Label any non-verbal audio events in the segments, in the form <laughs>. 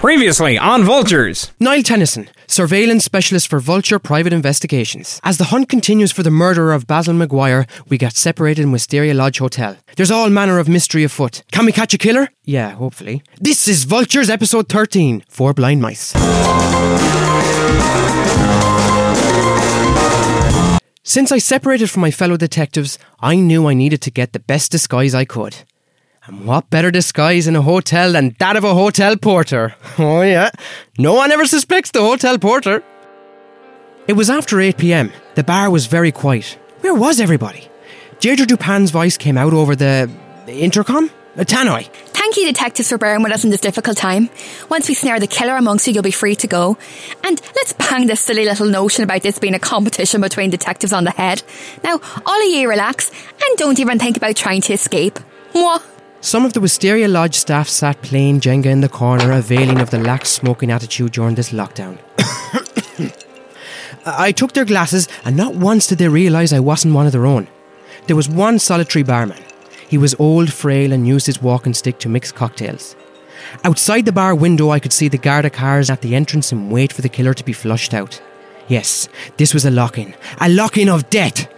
Previously on Vultures. Niall Tennyson, surveillance specialist for Vulture Private Investigations. As the hunt continues for the murderer of Basil Maguire, we get separated in Wisteria Lodge Hotel. There's all manner of mystery afoot. Can we catch a killer? Yeah, hopefully. This is Vultures episode 13 Four Blind Mice. Since I separated from my fellow detectives, I knew I needed to get the best disguise I could. And what better disguise in a hotel than that of a hotel porter? <laughs> Oh, yeah. No one ever suspects the hotel porter. It was after 8 pm. The bar was very quiet. Where was everybody? Deirdre Dupin's voice came out over the intercom? Uh, Tannoy. Thank you, detectives, for bearing with us in this difficult time. Once we snare the killer amongst you, you'll be free to go. And let's bang this silly little notion about this being a competition between detectives on the head. Now, all of you relax and don't even think about trying to escape. Mwah. Some of the Wisteria Lodge staff sat playing Jenga in the corner, availing of the lax smoking attitude during this lockdown. <coughs> I took their glasses, and not once did they realise I wasn't one of their own. There was one solitary barman. He was old, frail, and used his walking stick to mix cocktails. Outside the bar window, I could see the Garda cars at the entrance and wait for the killer to be flushed out. Yes, this was a lock in. A lock in of death!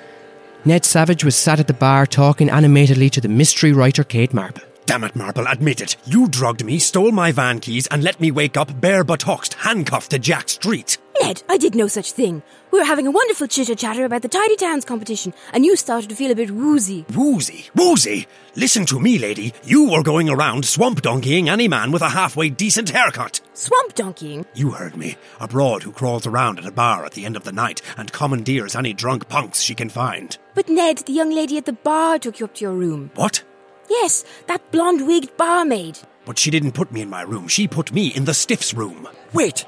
Ned Savage was sat at the bar talking animatedly to the mystery writer Kate Marple. Damn it, Marble, admit it. You drugged me, stole my van keys, and let me wake up bare buttocks, handcuffed to Jack Street. Ned, I did no such thing. We were having a wonderful chitter chatter about the Tidy Towns competition, and you started to feel a bit woozy. Woozy, woozy! Listen to me, lady. You were going around swamp donkeying any man with a halfway decent haircut. Swamp donkeying? You heard me. A broad who crawls around at a bar at the end of the night and commandeers any drunk punks she can find. But Ned, the young lady at the bar took you up to your room. What? Yes, that blonde wigged barmaid. But she didn't put me in my room. She put me in the stiff's room. Wait!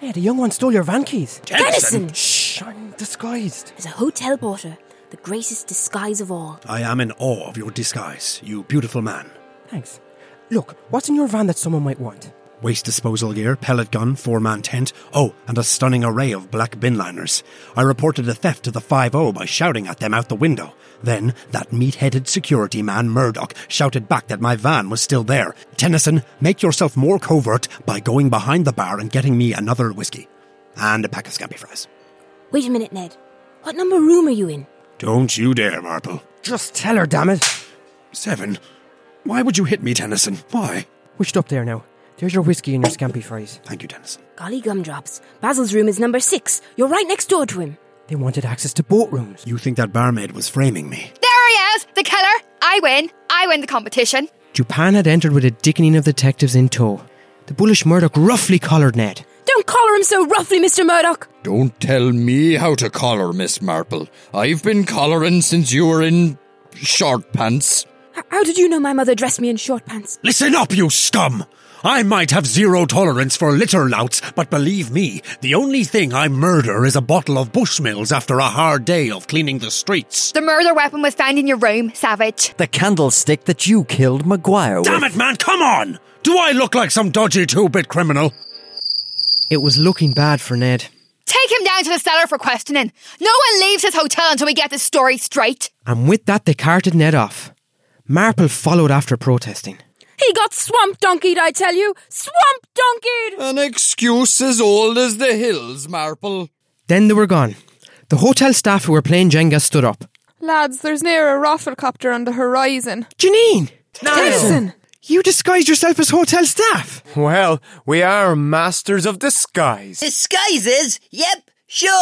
Yeah, the young one stole your van keys. Tennyson! Shh, I'm disguised. As a hotel porter, the greatest disguise of all. I am in awe of your disguise, you beautiful man. Thanks. Look, what's in your van that someone might want? Waste disposal gear, pellet gun, four man tent, oh, and a stunning array of black bin liners. I reported a theft to the 5 0 by shouting at them out the window. Then, that meat headed security man, Murdoch, shouted back that my van was still there. Tennyson, make yourself more covert by going behind the bar and getting me another whiskey. And a pack of scampi fries. Wait a minute, Ned. What number room are you in? Don't you dare, Marple. Just tell her, damn it. Seven. Why would you hit me, Tennyson? Why? Wished up there now. There's your whiskey and your scampy fries. Thank you, Tennyson. Golly gumdrops. Basil's room is number six. You're right next door to him. They wanted access to boat rooms. You think that barmaid was framing me? There he is, the killer. I win. I win the competition. Japan had entered with a dickening of detectives in tow. The bullish Murdoch roughly collared Ned. Don't collar him so roughly, Mr. Murdoch. Don't tell me how to collar, Miss Marple. I've been collaring since you were in short pants. H- how did you know my mother dressed me in short pants? Listen up, you scum! I might have zero tolerance for litter louts, but believe me, the only thing I murder is a bottle of Bushmills after a hard day of cleaning the streets. The murder weapon was found in your room, Savage. The candlestick that you killed Maguire Damn with. it, man, come on! Do I look like some dodgy two bit criminal? It was looking bad for Ned. Take him down to the cellar for questioning. No one leaves his hotel until we get this story straight. And with that, they carted Ned off. Marple followed after protesting. He got swamp donkeyed, I tell you! Swamp donkeyed! Um, An excuse as old as the hills, Marple. Then they were gone. The hotel staff who were playing Jenga stood up. Lads, there's near a rafflecopter on the horizon. Janine! Tennyson! You disguised yourself as hotel staff! Well, we are masters of disguise. Disguises? Yep,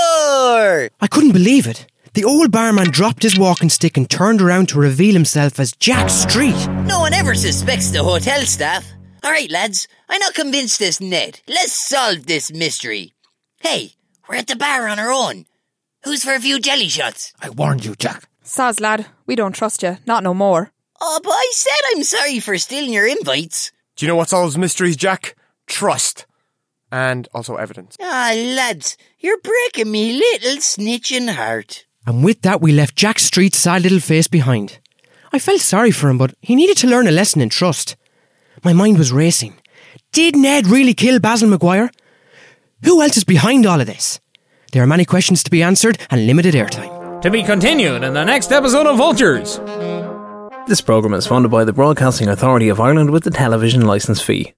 sure. I couldn't believe it. The old barman dropped his walking stick and turned around to reveal himself as Jack Street. No one ever suspects the hotel staff. All right, lads, I'm not convinced this Ned. Let's solve this mystery. Hey, we're at the bar on our own. Who's for a few jelly shots? I warned you, Jack. Saz, lad, we don't trust you. Not no more. Oh, but I said I'm sorry for stealing your invites. Do you know what solves mysteries, Jack? Trust. And also evidence. Ah, lads, you're breaking me little snitching heart. And with that, we left Jack Street's sad little face behind. I felt sorry for him, but he needed to learn a lesson in trust. My mind was racing. Did Ned really kill Basil Maguire? Who else is behind all of this? There are many questions to be answered and limited airtime. To be continued in the next episode of Vultures. This programme is funded by the Broadcasting Authority of Ireland with the television licence fee.